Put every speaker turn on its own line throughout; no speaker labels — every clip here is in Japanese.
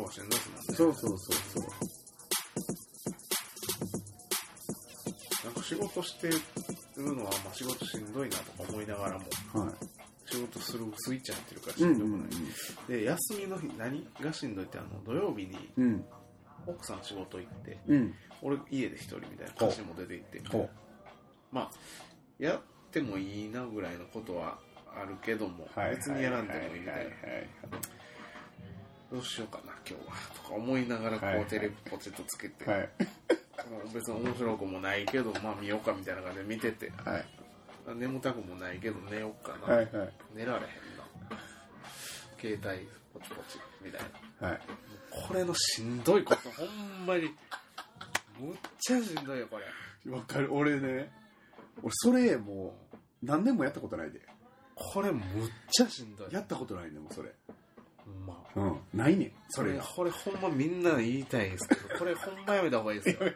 そうそうそうそうなんか仕事してるのは、まあ、仕事しんどいなとか思いながらも
は
仕事するスイッチ入ってるから
い。
し
うんん
ど
う
くない、
ん
で休みの日何がしんどいってあの土曜日に
うん。うん。
奥さん仕事行って
うん。
俺家で一人みたいな感じも出て行って
ほ
まあやってもいいなぐらいのことはあるけども、
う。はい。
別にやらんでもいいみたいな、
はいはい
どうしようかな今日はとか思いながらこ
はいは
う
い
テレビポチッとつけて、
はい。はい。
もう別に面白くもないけどまあ見ようかみたいな感じで見てて
はい。
眠たくもないけど寝ようかな、
はいはい。
寝られへんな携帯ポチポチみたいな
はい。
これのしんどいことほんまにむっちゃしんどいよこれ
わかる。俺ね、俺それもう何年もやったことないで。
これむっちゃしんどい
やったことないね、もうそれ。
ほんま
うん。ないねん、そ
そ
れ
れ
が。
これほんまみんな言いたいんですけどこれほんまやめた方がいいです よ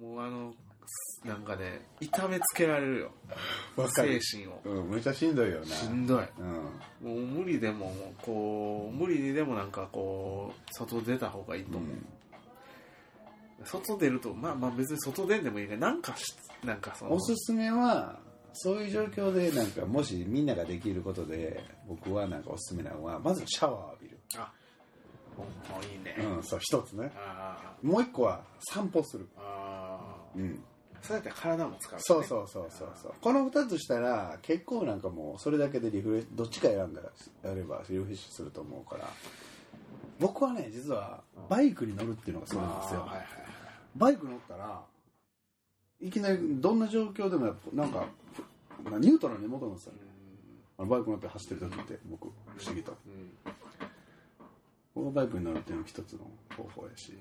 もうあのなんかね痛めつけられるよ
わか
精
る。
神を
うん、めっちゃしんどいよ
しんどい
な。うん。
もう無理でももうこう無理にでもなんかこう外出た方がいいと思う、外出るとまあまあ別に外出んでもいいけどなんかしなんかその
おすすめは、そういう状況で、なんか、もしみんなができることで、僕はなんかおすすめなのは、まずシャワー浴びる。
もういいね、
うん、そう、一つね。
あ
もう一個は散歩する。
ーあ
うん。
ーそうやったら体も使う、ね、
そうそうそうそうそう。この二つしたら、結構なんかもう、それだけでリフレッシュ、どっちか選んだら、やればリフレッシュすると思うから。僕はね、実は、バイクに乗るっていうのがそうなんです
あ
よ
ー。はいはい
バイク乗ったら、いきなりどんな状況でもやっぱ、なんか、ニュートラルに戻るんですよね。あのバイク乗って走ってる時って、僕、不思議と。
うんうん
僕はバイクに乗るっていうのも一つの方法やし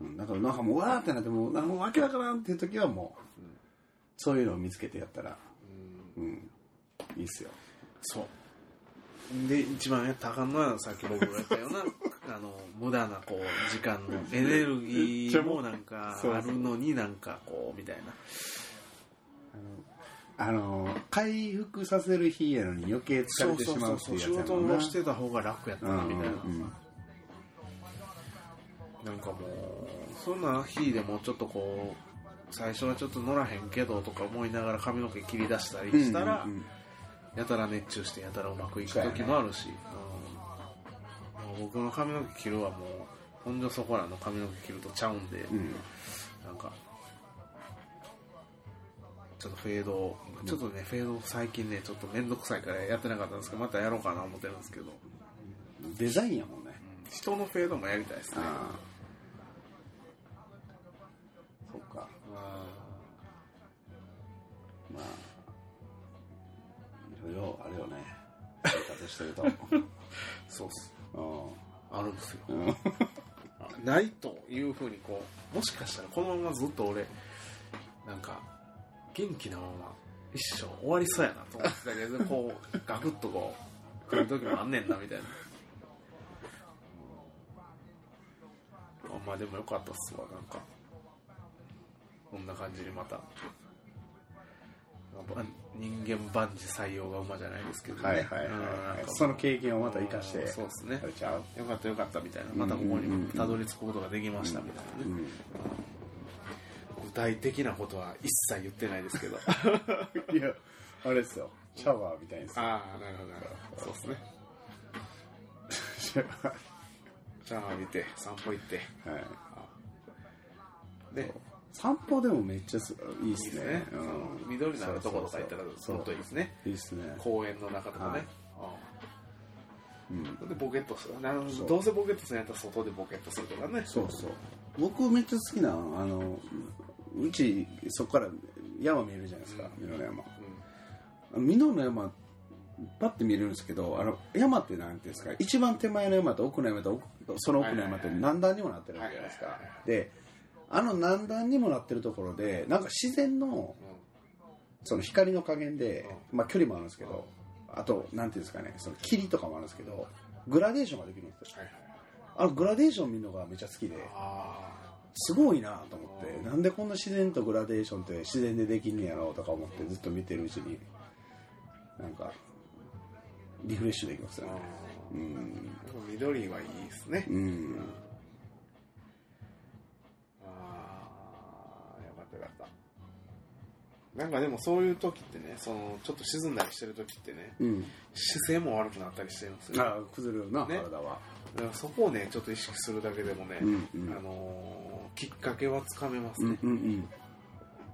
う。ん
うん、だからなんかもうわーってなってもうなんかもうわけわからんっていう時はもう、
うん
そういうのを見つけてやったら
うん
うんいいっすよ
そうで一番やったらあかんのはさっき僕が言ったような あの無駄なこう時間のエネルギーもなんか
そう
あるのになんかこうみたいな
あの回復させる日やのに余計疲れてしまうっていうやつ
仕
や
事
もんな
をしてた方が楽やった
うん
な
う
み
ん
たいな、
うん
なんかもうそんな日でもちょっとこう最初はちょっと乗らへんけどとか思いながら髪の毛切り出したりしたら、
うんうんうん
やたら熱中してやたらうまくいく時もあるし、うんもう僕の髪の毛切るはもうほんじょそこらの髪の毛切るとちゃうんで、
うん
なんかちょっとフェードをちょっとね、フェード最近ねちょっと面倒くさいからやってなかったんですけどまたやろうかな思ってるんですけど、
デザインやもんね
人のフェードもやりたいですね
ああそっかまあいろいろある よね生活してると
そうっす
うん
あるんですよ
うん
ないというふうにこうもしかしたらこのままずっと俺なんか元気なまま一生終わりそうやなと思ってたけどこうガクッとこう来る時もあんねんなみたいなあまあでもよかったっすわなんかこんな感じでまたばん人間万事採用が馬じゃないですけどね
はいはいはい
うんなん
はい
かもう
その経験をまた生かして
うんそうですね
あれちゃう
よかったよかったみたいなまたここにたどり着くことができましたみたいなね、
うん
具体的なことは一切言ってないです けど
いや、あれですよ。シャワーみたいですよ。
ああなるほどなるほどそうですね
シャワ
シャワー見て散歩行って
ー はい。
で
散歩でもめっちゃすいいっ
いいですす
ね。
ね、
う
その
ん
緑のあるところとか行ったら
そ
も
う
っと
そう
いいですね
いいっすね。
公園の中とか
はい
ね、ああ
うん。
でボケっとするなるほど
そう
どうせボケっとするんやったら外でボケっとするとかね
そうそう。僕めっちゃ好きな、あの、うち、そこから山見えるじゃないですか。美濃の山。美濃の山、パッて見れるんですけど、あの、山ってなんていうんですか、一番手前の山と奥の山と奥その奥の山って何段にもなってるわけじゃないです
はい
か
はいはいは。
で、あの何段にもなってるところで、なんか自然の、
うん、うん
その光の加減で、まあ、距離もあるんですけど、あと、なんていうんですかね、その霧とかもあるんですけど、グラデーションができるんですよ。
はいはい
あのグラデーション見るのがめっちゃ好きで、
あ
すごいなと思って、なんでこんな自然とグラデーションって自然でできんねやろうとか思ってずっと見てるうちに、なんか、リフレッシュできます
ー
よ
あ
ね。うん。
ー緑はいいですね
うん。
なんかでもそういう時ってねそのちょっと沈んだりしてる時ってね
うん
姿勢も悪くなったりしてるんですよ
あ崩れるな、
ね
体は
だからそこをねちょっと意識するだけでもね、
うんうん
あのーきっかけはつかめます
うん
ね、
うんうん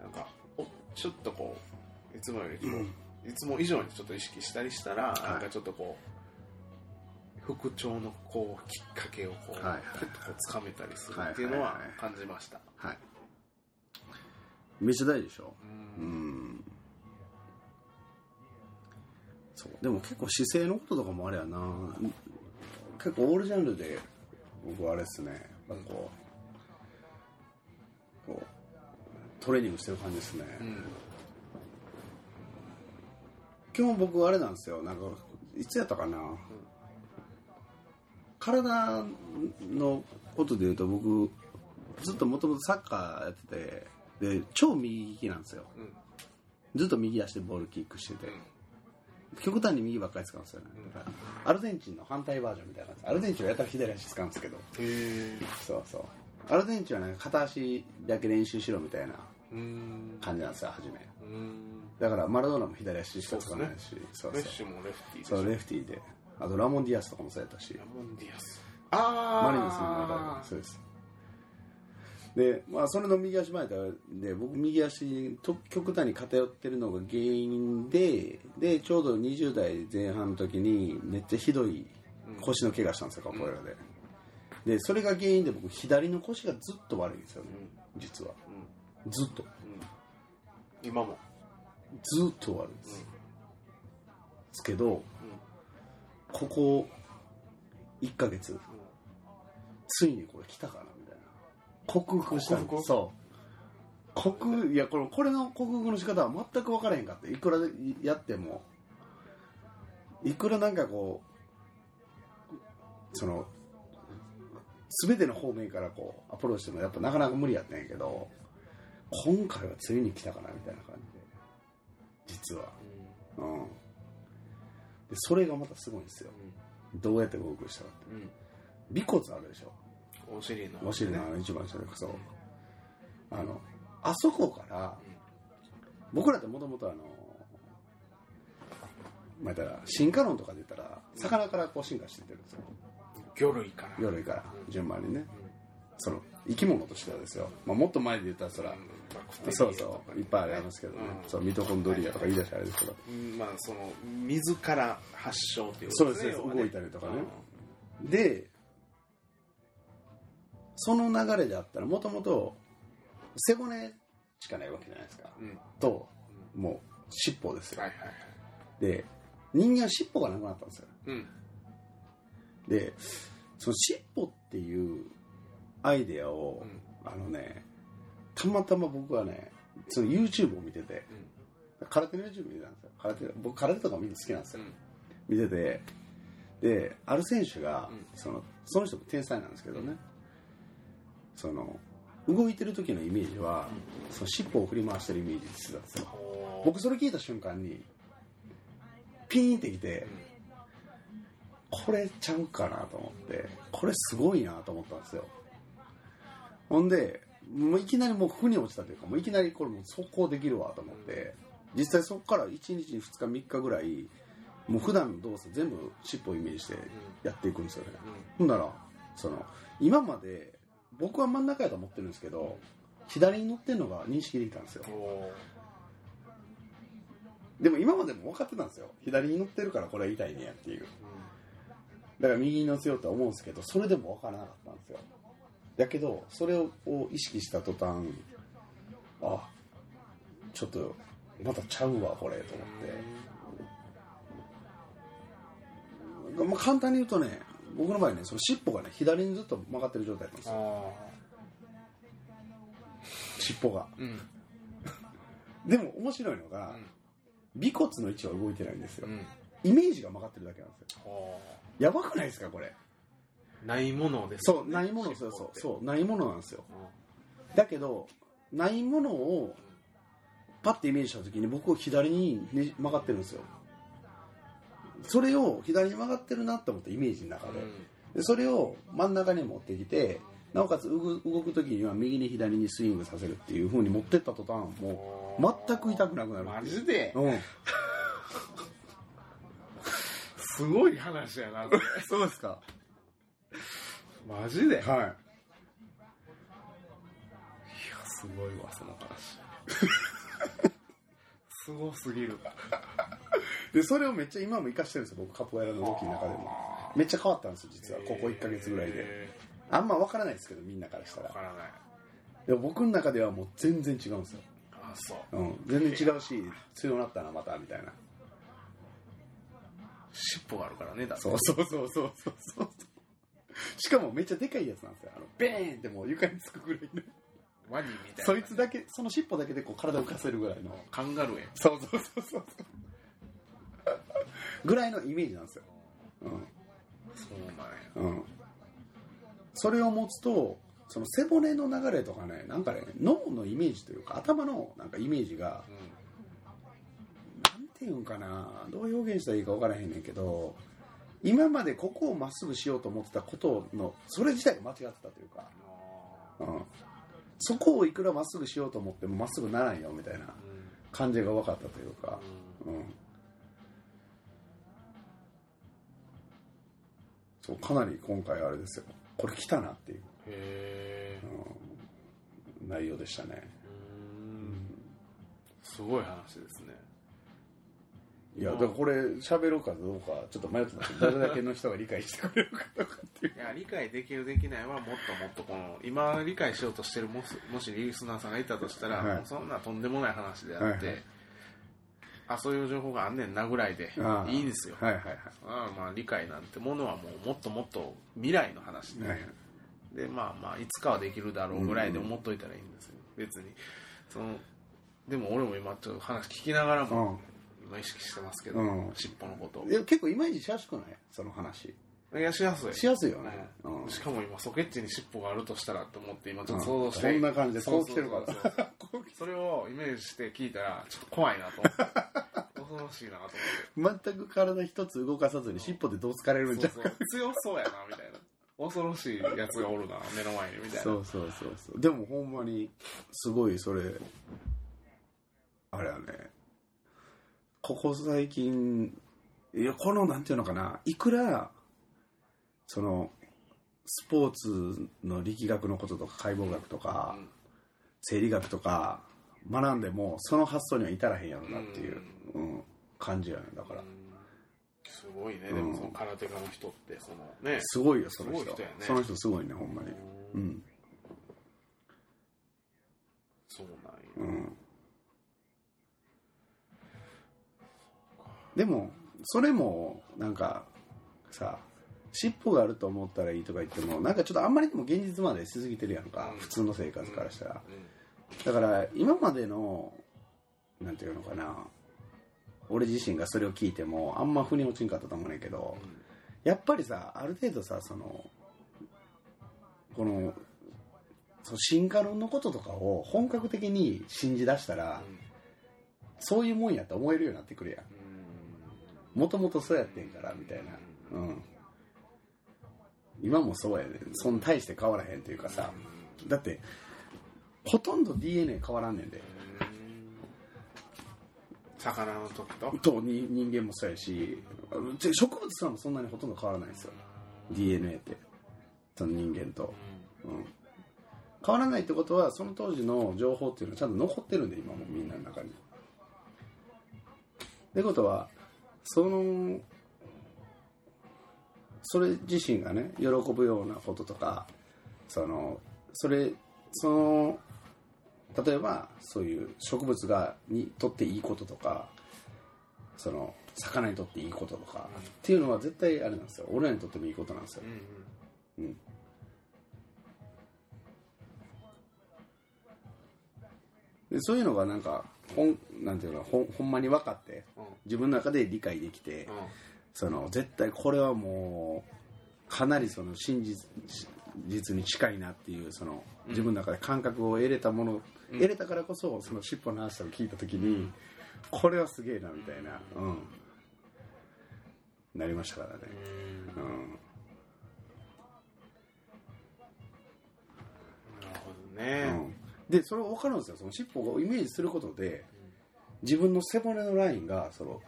なんかおちょっとこういつもよりこう、
うん
いつも以上にちょっと意識したりしたら、
い
なんかちょっとこう復調のこうきっかけをこう、
はいはい
ふっとこうつかめたりするっていうの
はい
は
はいはい
感じました、
はいめっちゃ大事でしょう
うん
んそうでも結構姿勢のこととかもあれやな結構オールジャンルで僕はあれっすねやっぱこうこうトレーニングしてる感じですね、
うん
基本僕あれなんですよなんかいつやったかな、体のことで言うと僕ずっともともとサッカーやっててで超右利きなんですよ
うん
ずっと右足でボールキックしてて、極端に右ばっかり使うんですよね、だからアルゼンチンの反対バージョンみたいな感じアルゼンチンはやたら左足使うんですけど
へえ
そうそうアルゼンチンはなんか片足だけ練習しろみたいな
うん
感じなんですよ初め
うん
だからマラドーナも左足しか使わないしそう,、
メッ
そう
シもレフティーでし
そ
ょ
うレフティーであとラモン・ディアスとかもそうやったし
ラモンディアス
マリノスの
あ
中でそうですでまあそれの右足前からで僕右足にと極端に偏ってるのが原因ででちょうど20代前半の時にめっちゃひどい腰の怪我したんですよカポエラで、でそれが原因で僕左の腰がずっと悪いんですよね
うん
実は
うん
ずっと
うん今も
ずっと悪いです、ですけどここ1ヶ月ついにこれ来たかなみたいな克服したんで
克服
すそう克服いやこれこれの克服の仕方は全く分からへんかったいくらでやってもいくらなんかこうその全ての方面からこうアプローチしてもやっぱなかなか無理やったんやけど今回はついに来たかなみたいな感じで実はうんでそれがまたすごいんですよどうやって克服したかって
うんうん
尾骨あるでしょ
うんお尻の
お尻のあの一番下でこそあのあそこから僕らってもともとあのまあ言ったら進化論とかで言ったら魚からこう進化してってるんですよ
魚類から
魚類から順番にね
うん
その生き物としてはですよ、まあ、もっと前で言ったらそら
バクテリアとかね
そうそういっぱいありますけどね、
うん
そうミトコンドリアとか言い出したらあれですけど
うんまあその自ら発症という
そうですね
要は
動いたりとかねでその流れであったらもともと背骨しかないわけじゃないですか
うんうんは
ともう尻尾です
い
よ
はいはい
で人間は尻尾がなくなったんですよ
うん
でその尻尾っていうアイデアを
う、ん
あのねたまたま僕はねその YouTube を見てて空手の YouTube 見てたんですよ空手僕空手とか見るの好きなんです
う
よ
ん
見ててである選手が、
うん
そのその人も天才なんですけどね、その動いてる時のイメージは、その尻尾を振り回してるイメージしてたんですよ
おー
僕それ聞いた瞬間にピーンってきてこれちゃうかなと思ってこれすごいなと思ったんですよほんでもういきなりもう腑に落ちたというかもういきなりこれもう速攻できるわと思って実際そこから1日2日3日ぐらいもう普段の動作全部尻尾をイメージしてやっていくんですよね
うんうん
ほんならその今まで僕は真ん中やと思ってるんですけど左に乗ってるのが認識できたんですよ
おー
でも今までも分かってたんですよ左に乗ってるからこれは痛いねやっていうだから右に乗せようとは思うんですけどそれでも分からなかったんですよだけどそれを意識した途端あちょっとまたちゃうわこれと思って、まあ、簡単に言うとね僕の場合ねその尻尾がね左にずっと曲がってる状態なんですよ
あ
尻尾が
ーうん
でも面白いのが
うん
尾骨の位置は動いてないんですよ
うん
イメージが曲がってるだけなんですよ
お
やばくないですかこれ
ーないものですね
そうないものそうそ
尻尾
う
って
そうないものなんですよだけどないものをパッてイメージした時に僕を左にね、曲がってるんですよそれを左に曲がってるなと思ってイメージの中
う
で
ん
でそれを真ん中に持ってきてなおかつ動く動く時には右に左にスイングさせるっていう風に持ってった途端もう全く痛くなくなる
マジで
うん
すごい話や なそれ
そうですか
マジでいや
は
すごいわその話 すごすぎる
いでそれをめっちゃ今も活かしてるんですよ僕カポエラの動きの中でもめっちゃ変わったんですよ実はここ1ヶ月ぐらいで
え
あんま分からないですけどみんなからした
ーわ
ら
からない
でも僕の中ではもう全然違うんですよ、
あそう
うん、全然違うし強なったなまたみたいな
尻尾があるからねだって
そうそうそうそうそうそうしかもめっちゃでかいやつなんですよあのベーンってもう床につくぐらいの
ワニみたいな
そいつだけその尻尾だけでこう体浮かせるぐらいの
カンガルーや
そうそうそうそうぐらいのイメージなんですよ
そうなん
うんうんそれを持つとその背骨の流れとかねなんかね脳のイメージというか頭のなんかイメージが
や
なんていうんかなどう表現したらいいか分からへんねんけど今までここをまっすぐしようと思ってたことのそれ自体が間違ってたというか、うん、そこをいくらまっすぐしようと思ってもまっすぐならんよみたいな
うんうん
感じが分かったというか、うん、そうかなり今回あれですよこれ来たなっていう、
へえ
うん、内容でしたね、
うんすごい話ですね
いやだからこれ喋ろうかどうかちょっと迷ってたけどどれだけの人が理解してくれるかとかっていう
いや理解できるできないはもっともっとこの今理解しようとしてるもしもしリスナーさんがいたとしたら、
はい
もうそんなとんでもない話であって、
はいは
あそういう情報があんねんなぐらいで
ああ
いいんですよ
はいはいはい
ああまあ理解なんてものはもうもっともっと未来の話で、
はい
でまあまあいつかはできるだろうぐらいで思っといたらいいんですよ、別にそのでも俺も今ちょっと話聞きながら
う
も
ん
今意識してますけど、
うん
尻尾のこと
いや結構イマージしやすくないその話
をいやしやすい
しやすいよね、うん、
しかも今ソケッチに尻尾があるとしたらと思って今ちょっと想
う
像
ん
して、
そんな感じで
そ
こ
う
う来てるから
そうそうそう それをイメージして聞いたらちょっと怖いなと思って 恐ろしいなと思って
全く体一つ動かさずに尻尾でどう疲れるんじゃ
そうそう強そうやなみたいな恐ろしいやつがおるな目の前にみたいな
そうそうそうそうでもほんまにすごいそれあれはねここ最近いやこのなんていうのかないくらそのスポーツの力学のこととか解剖学とか、
うん
生理学とか学んでもその発想には至らへんやろなっていう、うん感じやねだから
うんすごいね、
うん
でもその空手家の人ってそのね
すごいよその
すご
人
い人やね
その人すごいねほんまにう
うん
ん
そうなんや、
うんでもそれもなんかさ尻尾があると思ったらいいとか言ってもなんかちょっとあんまりにも現実までしすぎてるやんか、
うん
普通の生活からしたら、
うん
だから今までのなんていうのかな俺自身がそれを聞いてもあんま腑に落ちんかったと思うねんけどやっぱりさある程度さそのこのそう進化論のこととかを本格的に信じ出したら、そういうもんやって思えるようになってくるや
うん
んもともとそうやってんからみたいなうん今もそうやねんそんな大して変わらへんというかさだってほとんど DNA 変わらんねんで
うん魚の時と
とに人間もそうやしあのちょ植物さんもそんなにほとんど変わらないんですよ DNA ってその人間と、うん、変わらないってことはその当時の情報っていうのはちゃんと残ってるんで今もみんなの中にってことはそのそれ自身がね喜ぶようなこととかそのそれその例えばそういう植物がにとっていいこととかその魚にとっていいこととかっていうのは絶対あれなんですよ俺らにとってもいいことなんですよ
うんうん
でそういうのがなんかほんなんていうのほんほんまに分かって
うんうん
自分の中で理解できてその絶対これはもうかなりその真実し実に近いなっていうその
うん
自分の中で感覚を得れたもの、
うん
得れたからこそその尻尾の話を聞いた時に、これはすげえなみたいな、うん、なりましたからね、
うん
うん、でそれ分かるんですよその尻尾をイメージすることで自分の背骨のラインがその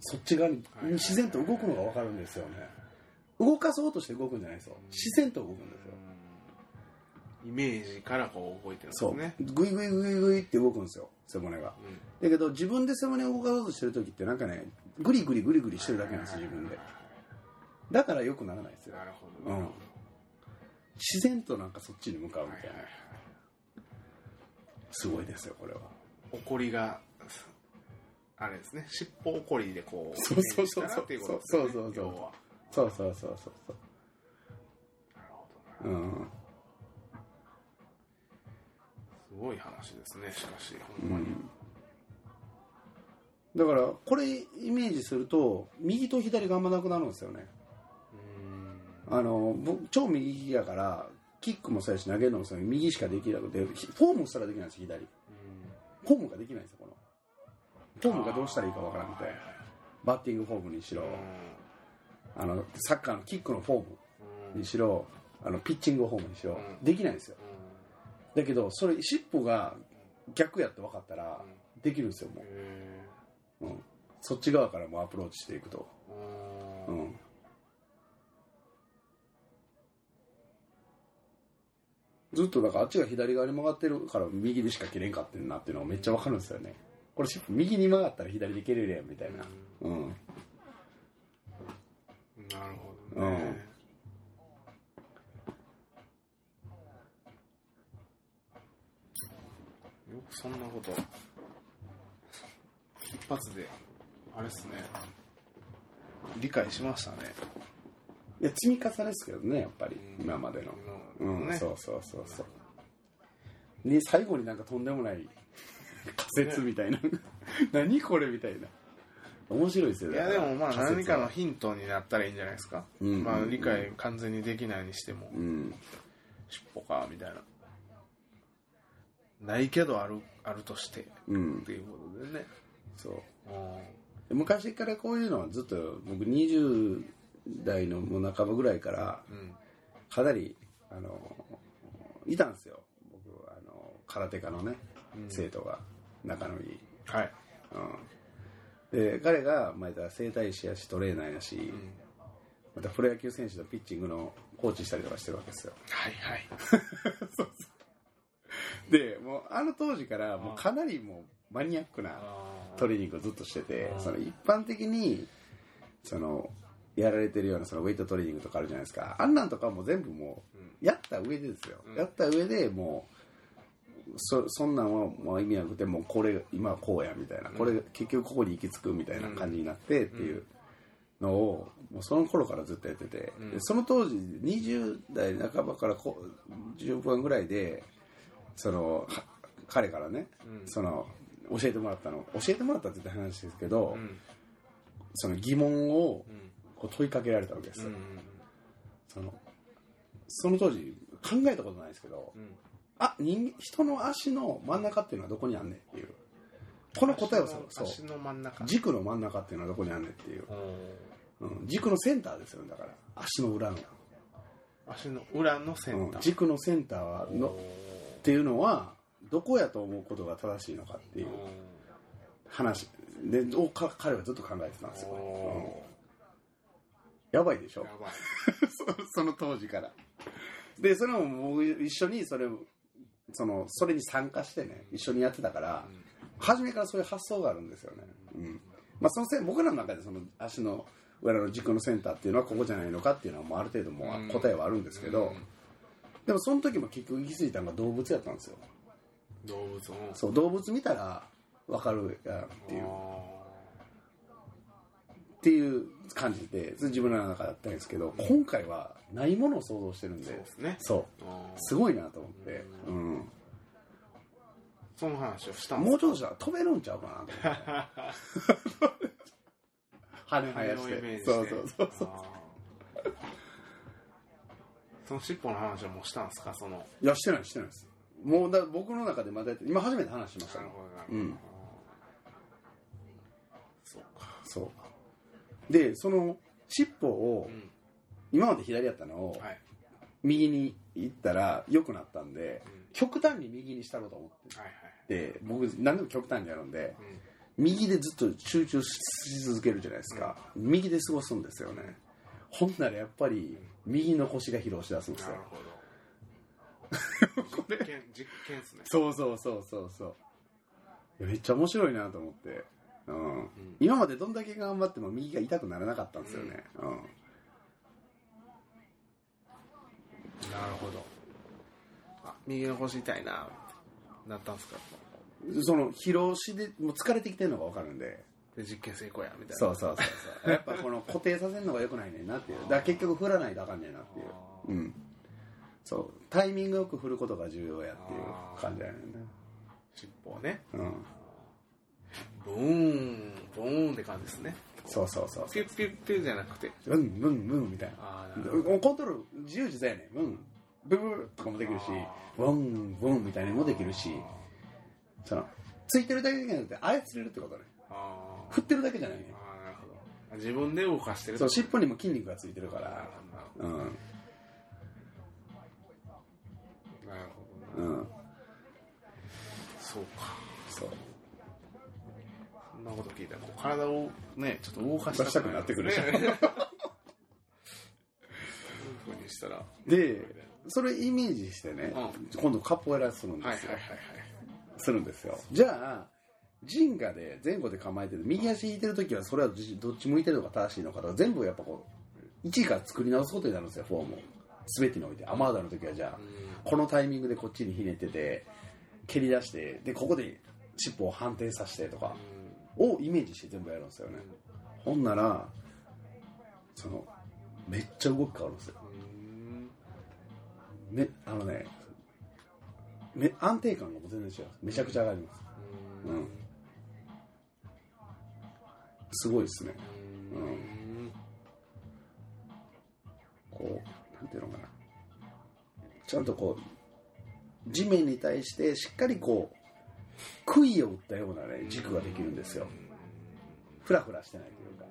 そっち側に
はい
自然と動くのが分かるんですよね動かそうとして動くんじゃないですよ自然と動くんですよ
イメージからこう動いてるんです
そう
ね
グイグイグイグイって動くんですよ背骨が
うん
だけど自分で背骨を動かそうとしてる時ってなんかねグリグリグリグリしてるだけなんですよ自分でだから良くならないですよ
なるほど
う
な
ん
るほ
自然となんかそっちに向か
ど
うみ
はい
たい
はい
な
はい
すごいですよこれは
怒りがあれですね尻尾怒りでこう
そうそうそう
イメージしたらっていことです
そ
ね
うそうそう
要は
そうそうそうそうそう
なるほどな
うん
すごい話ですねしかしほ
う
んまに、
んだからこれイメージすると右と左があんまなくなるんですよねあの僕超右利きだからキックもそうやし投げるのもそうやし右しかできなくてひフォームすらできないんです左フォームができないんですよこのフォームがどうしたらいいかわからんみたいなバッティングフォームにしろあのサッカーのキックのフォームにしろあのピッチングフォームにしろ
うん
できないんですよだけどそれ尻尾が逆やって分かったらできるんですよもううん、そっち側からもアプローチしていくと、うん、ずっとだからあっちが左側に曲がってるから右でしか切れんかってんなっていうのがめっちゃわかるんですよねこれ尻尾右に曲がったら左で蹴れるやんみたいなうん
なるほどね、よくそんなこと一発であれっすね理解しましたね
いや積み重ねですけどねやっぱり
うん
今までのう
今までの
ん、
ね
そうそうそうそうね最後になんかとんでもない仮説みたいな 何これみたいな面白いですよ
い
だ
や
ら
でもまあ
仮説
何か
は
のヒントになったらいいんじゃないですか、
うん
まあ理解完全にできないにしても
うん
尻尾かみたいなないけどあるあるとしてっ
うん
ていうことでね
そう
う
昔からこういうのはずっと僕20代のもう半ばぐらいから
んうん
かなりあのいたんですよ僕あの空手家のね
うん
生徒が中野に、
はい、
うん、で彼がまあ言ったら整体師やしトレーナーやし、
うん
またプロ野球選手のピッチングのコーチしたりとかしてるわけですよ
はいはい
でもうあの当時からもうかなりもうマニアックなトレーニングをずっとしてて
うん
その一般的にそのやられてるようなそのウェイトトレーニングとかあるじゃないですかあんなんとかもう全部もうやった上でですよ、
うん
やった上でもうそそんなんはもう意味なくてもうこれ今はこうやみたいなこれ結局ここに行き着くみたいな感じになってっていうのをもうその頃からずっとやってて、
うん
でその当時20代半ばからこ10分ぐらいでそのは彼からね
うん
その教えてもらったの教えてもらったって言った話ですけど、
うん
その疑問を
うん
こう問いかけられたわけです
う
よ、
ん
そのその当時考えたことないですけど
うん
あ人間人の足の真ん中っていうのはどこにあんねんっていうこの答えをさ
足の
そ
足
う
の真ん中
軸の真ん中っていうのはどこにあんねんっていう、
うん
うん、軸のセンターですよねだから足の裏の、
足の裏のセン
う
タ
ん
ー、
軸のセンターのっていうのはどこやと思うことが正しいのかっていう話でをか彼はずっと考えてたんですよ、うん
お
やばいでし
ー
ょ
やばい
そその当時からでそれも僕一緒にそれをそのそれに参加してね一緒にやってたから初めからそういう発想があるんですよね、うんまあ、そのせ僕らの中でその足の裏の軸のセンターっていうのはここじゃないのかっていうのはもうある程度も
うん
う答えはあるんですけど、
うん
でもその時も結局行き着いたのが動物やったんですよ
動物の
そう動物見たら分かるやんっていうっていう感じで自分の中だったんですけど今回はないものを想像してるん
そう
で
ですね
そう
あー
すごいなと思って、うん、
その話をしたん
もうちょっとしたら飛べるんちゃうかな と思って羽生や
羽を
し
イメージして
てそうそうそうそう
あーその尻尾の話はもうしたんですかその
いやしてないしてないですもうだ僕の中でまだやって今初めて話しました
なる
もん
ほどなるほ
う
ど
ん
そうか
そうでその尻尾を
うん
今まで左やったのを
はい
右に行ったら良くなったんで、
うん
極端に右にしたろうと思っ
はいはい
て、僕、何でも極端にやるんで、
うん
右でずっと集中し続けるじゃないですか、右で過ごすんですよねほんならやっぱり右の腰が疲労しだすんです
な
よ
るほ ど実験実験っすね
そうそうそうそうそういやめっちゃ面白いなと思って、うん、
うん
今までどんだけ頑張っても右が痛くならなかったんですよね、うん
なるほどあ右の腰痛いなってなったんすか
その疲労しでもう疲れてきてるのが分かるんで
で実験成功やみたいな
そうそうそうそうやっぱこの固定させるのが良くないねんなっていうだから結局振らないとあかんねんなっていう
あ
う
ー
んそうタイミングよく振ることが重要やっていう感じやねんな
尻尾をね
うん
ブーンブーンって感じですね
そうそうそう
ピュッピュッピュッじゃなくて
そううんうんうんみたいな
ああなるほど
コントロール自由自在やねんうんブブブとかもできるしワンワンみたいにもできるしそのついてるだけじゃなくて操れるってことね
あー
振ってるだけじゃないね
あーなるほどあ自分で動かしてる
そう尻尾にも筋肉がついてる
な
か
る
ら
ほどな
うん
なるほど
う
な、
ん
そうか
そう
そんなこと聞いたらこう体をねちょっと動かした
出したくな
ねそういうふうにしたらは
でそれイメージしてね、
う
今度カポエラするん
い
ですよ、
はいはいはい
するんですよじゃあジンガで前後で構えてる右足引いてる時はそれはどっちどっち向いてるのか正しいのかとか全部やっぱこう一から作り直すことになるんですよフォームを全てにおいてアマーダの時はじゃ
う
あこのタイミングでこっちにひねってて蹴り出してでここで尻尾を反転させてとかをイメージして全部やるんですよねほんならそのめっちゃ動き変わるんですよ
ん
めあのねめ安定感がもう全然違うめちゃくちゃ上がります
うんうん
すごいですね
うん
こうなんていうのかなちゃんとこう地面に対してしっかりこう杭を打ったようなね軸ができるんですよフラフラしてないというか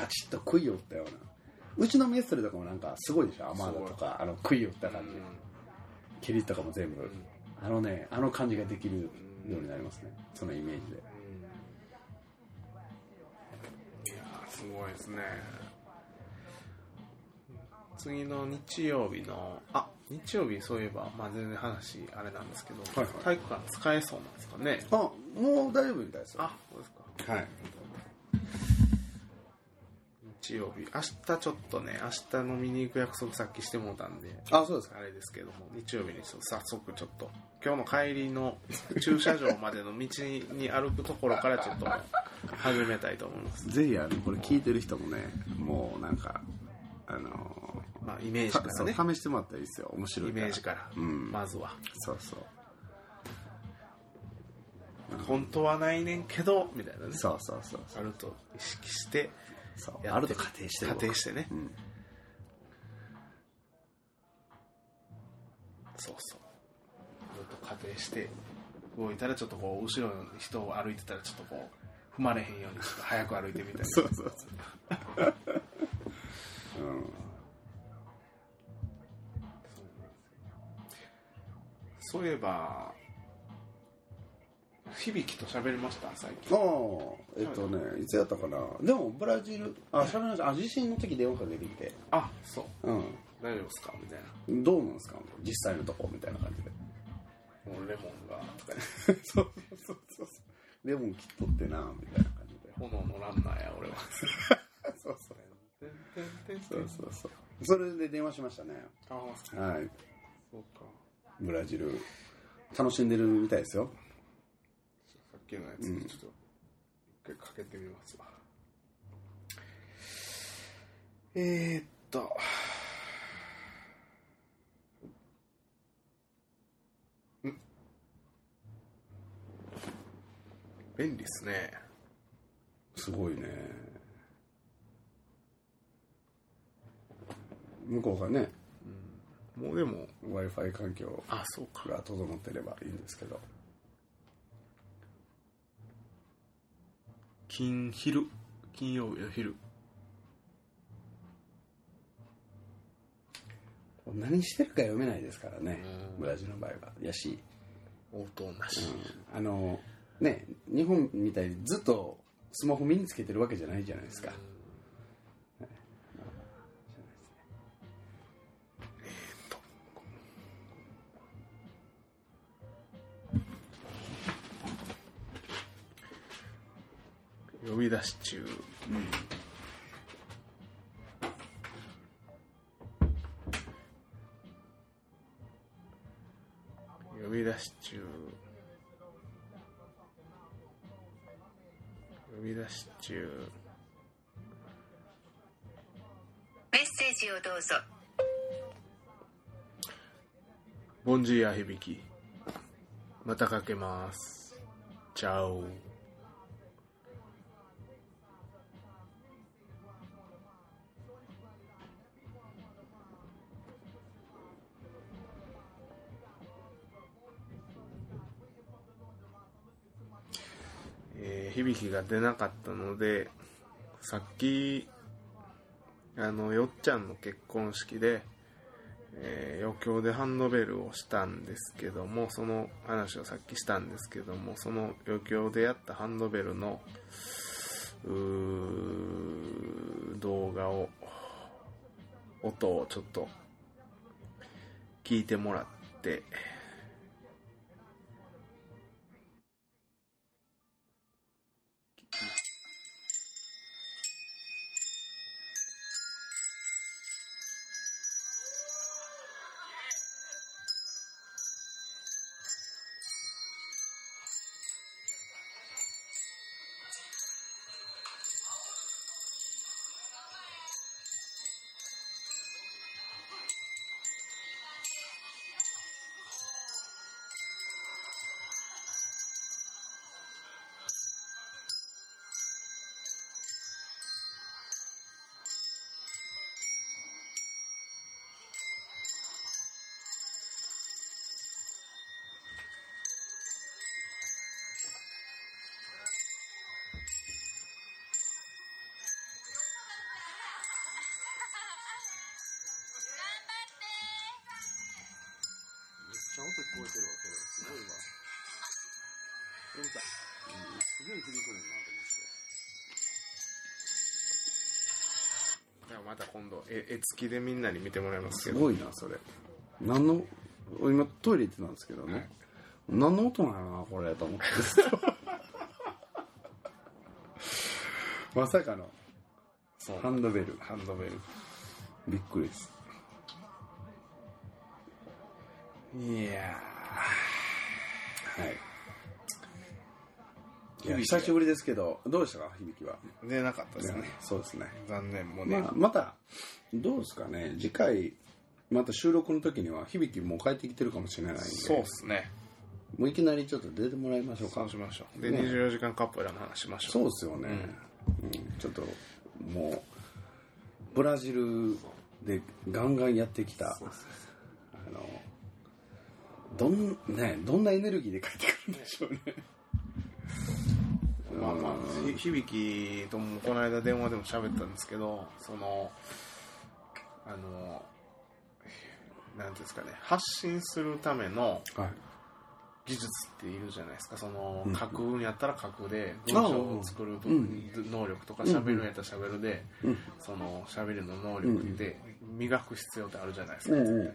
ガチッと杭を打ったようなうちのメストレとかもなんかすごいでしょアマーダとかあの杭を打った感じ蹴りとかも全部あのねあの感じができるようになりますねそのイメージで
いやーすごいですね次の日曜日のあ日曜日そういえば、まあ、全然話あれなんですけど、
はいはい
体育館使えそうなんですかね
あもう大丈夫みたいですよ
あそうですか
はい
日曜日明日ちょっとね明日飲みに行く約束さっきしてもうたんであ
あそうですか
れですけども日曜日にちょっと早速ちょっと今日の帰りの駐車場までの道に歩くところからちょっと始めたいと思います
ぜひあのこれ聞いてる人もねもうなんかあの
まあイメー
ー
ジからね
そう試してもらったらいいですよ面白い
イ
から
メージから、
うん
まずは
そうそう
本当はないねんけどみたいなね
そうそうそう
あると意識して
そう
や
あ
って
ると仮定して
仮定してね、
うん
そうそうあると仮定して動いたらちょっとこう後ろの人を歩いてたらちょっとこう踏まれへんようにちょっと早く歩いてみたい な
そうそうそう、うん、
そういえば響と喋りました最近
ああえっとねいつやったかなでもブラジルあしゃべらないあ地震の時電話かけてきて
あそう
う
大丈夫ですかみたいなん
どうなんですか実際のとこみたいな感じで
もうレモンがとかね
そうそうそうそうレモン切っとってなみたいな感じで
炎のランナーや俺は
そうそう
てんてんてんて
そ
ん
うそうそうそれで電話しましたね
あ
はい
そうか
ブラジル楽しんでるみたいですよ
さっきのやつにちょっと一回かけてみますわ、えー、っとん便利っすね
すごいね向こうがね
もうでも
w i f i 環境
あそうか
が整ってればいいんですけど
金昼金曜日の昼
何してるか読めないですからね、
うん
ブラジルの場合はやし、
応答なし、
うんあのね日本みたいにずっとスマホ身につけてるわけじゃないじゃないですか、
呼び出し中、呼び出し中呼び出し中
メッセージをどうぞ。
ボンジーア響きまたかけますチャオえー響きが出なかったのでさっきあのよっちゃんの結婚式でえー余興でハンドベルをしたんですけどもその話をさっきしたんですけどもその余興でやったハンドベルのうー動画を音をちょっと聞いてもらって
めっちゃ音聞こえてるわ、これ。すごいわ。うるさい。すげえ響くねんな、と思って。
じゃあまた今度絵絵付きでみんなに見てもらいますけ
す
ど
ごいなそれ何の今トイレ行ってたんですけどね、
はい
何の音なのかなこれと思って まさかの
そう
ハンドベル
ハンドベル
びっくりです
いや
はいい
響
や
き
久しぶりですけどどうでしたか響きは
ー出なかったですね
いやそうですね
残念もうね、
まあ、またどうですかね次回また収録の時には響きもう帰ってきてるかもしれないんで
そうっすね
もういきなりちょっと出てもらいましょう
そ
か
うしましょうで、
ね
24時間カップラーの話しましょう
そうですよね、うんちょっともうブラジルでガンガンやってきたあのどんねどんなエネルギーで帰ってくるんでしょうね
まあまあ、ひ響きともこの間電話でも喋ったんですけど、その、あの、なんていうんですかね、発信するための
はい
技術っているじゃないですか、その
うん、
架空にやったら架空で、文章を作る
うん
能力とか、喋るんやったら喋るで、
うん
その、喋るの能力で磨く必要ってあるじゃないです
う
か。
んうん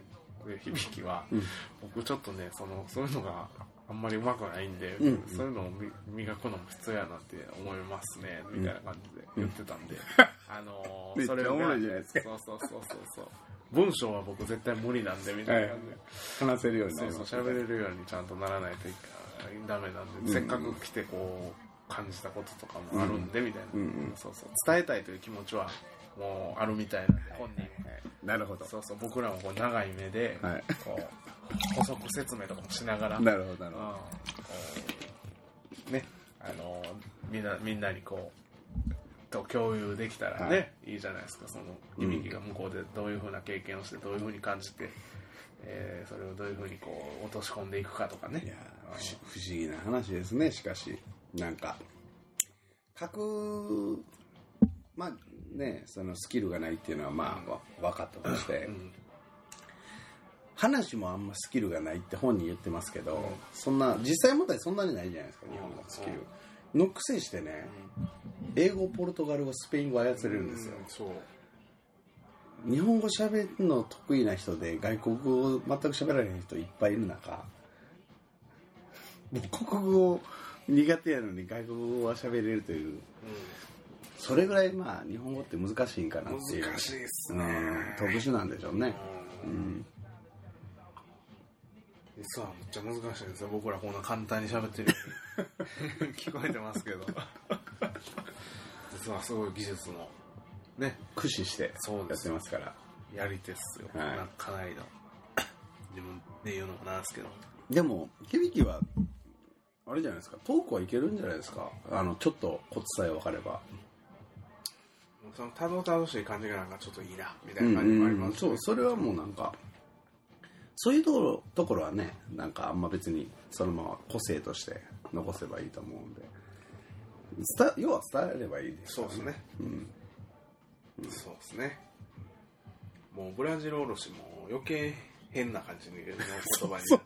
で響きは、
うん
僕ちょっとねそのそういうのがあんまりうまくないんで、
うんうん
そういうのをみ磨くのも必要やなって思いますねみたいな感じで言ってたん で、あのー
めっちゃ
それが
おもろいじゃないですか
そうそうそうそうそう文章は僕絶対無理なんでみたいな感じで、
話せるようにな
そう
り
そう
まし
喋れるようにちゃんとならないといけないダメなんで、
ん
せっかく来てこう感じたこととかもあるんでみたいな、
うんうん
そうそう伝えたいという気持ちはもうあるみたいなんで本人も。
なるほど
そうそう僕らもこう長い目で、
はい
こう補足説明とかもしな がら
なるほ
う
どなる
ん
ほど
こうねあのみんなみんなにこうと共有できたらね、、
はい
いじゃないですかその
うん
響きが向こうでどういうふうな経験をしてどういうふうに感じて、えーそれをどういうふうにこう落とし込んでいくかとかね
いやー不思不思議な話ですねしかしなんか書くまあねそのスキルがないっていうのはまあわ分かったとして、
うん
話もあんまスキルがないって本に言ってますけど、
うん
そんな実際問題そんなにないじゃないですか日本のスキル、のくせしてね英語ポルトガル語スペイン語操れるんですよ、
そう
日本語喋るの得意な人で外国語全く喋られない人いっぱいいる中母国語苦手やのに外国語は喋れるというそれぐらいまあ日本語って難しいんかなっていう
難しいっす
うん
ね、
特殊なんでしょうね、うん、
実はめっちゃ難しいんですよ僕らこんな簡単に喋ってるように聞こえてますけど実はすごい技術のね
駆使して
そう
や
で
っ
す
てますから
やり手っすよ、
はい
なかなりの自分で言うのもなんですけど
でも響きはあれじゃないですかトークはいけるんじゃないですかあのちょっとコツさえ分かれば
そのたどたどしい感じがなんかちょっといいなみた
う
い
ん
な感じもあり
う
ま
ん
す
そうそれはもうなんかそういうところところはねなんかあんま別にそのまま個性として残せばいいと思うんで伝要は伝えればいいです
そうですね、
うん
そうですねもうブラジルおろしも余計変な感じの言葉になっ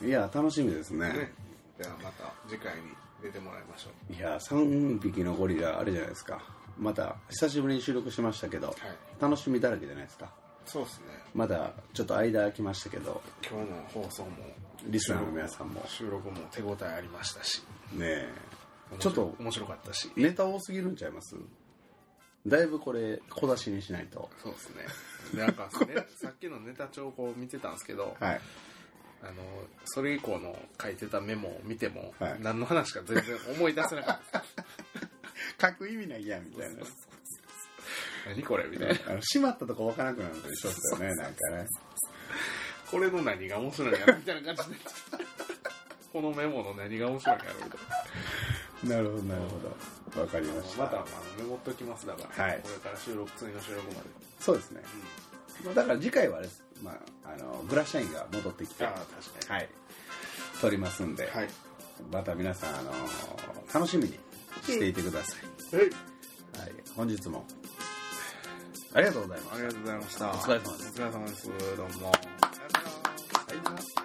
て
いや楽しみですね
ねではまた次回に出てもらいましょう
いや3匹のゴリラあれじゃないですかまた久しぶりに収録しましたけど、
はい
楽しみだらけじゃないですか
そうですね
まだちょっと間空きましたけど
今日の放送も
リスナーの皆さんもね
収録も手応えありましたし
えちょっと
面白かったし
ネタ多すぎるんちゃいますだいぶこれ小出しにしないと
そうですねでなんか、ね、 さっきのネタ帳をこう見てたんですけど、
はい
あのそれ以降の書いてたメモを見ても、
はい
何の話か全然思い出せなかった
書く意味ないやんみたいな
何これみたいな
あの閉まったとこ分からなくなるのと一緒ですよねなんかね
これの何が面白いんやろみたいな感じでこのメモの何が面白いんやろみたいな
なるほどなるほどわかりました
またあのメモっときますだから、
はい
これから収録次の収録まで
そうですね、だから次回はあれです、まあ、あのブラシャインが戻ってきて
ああ確か
はい撮りますんで、
はい
また皆さん、あの楽しみにしていてください、
はい
はい、本日もありがとうございます
ありがとうございました
お疲れ様です
お疲れ様ですどうもありがとうございます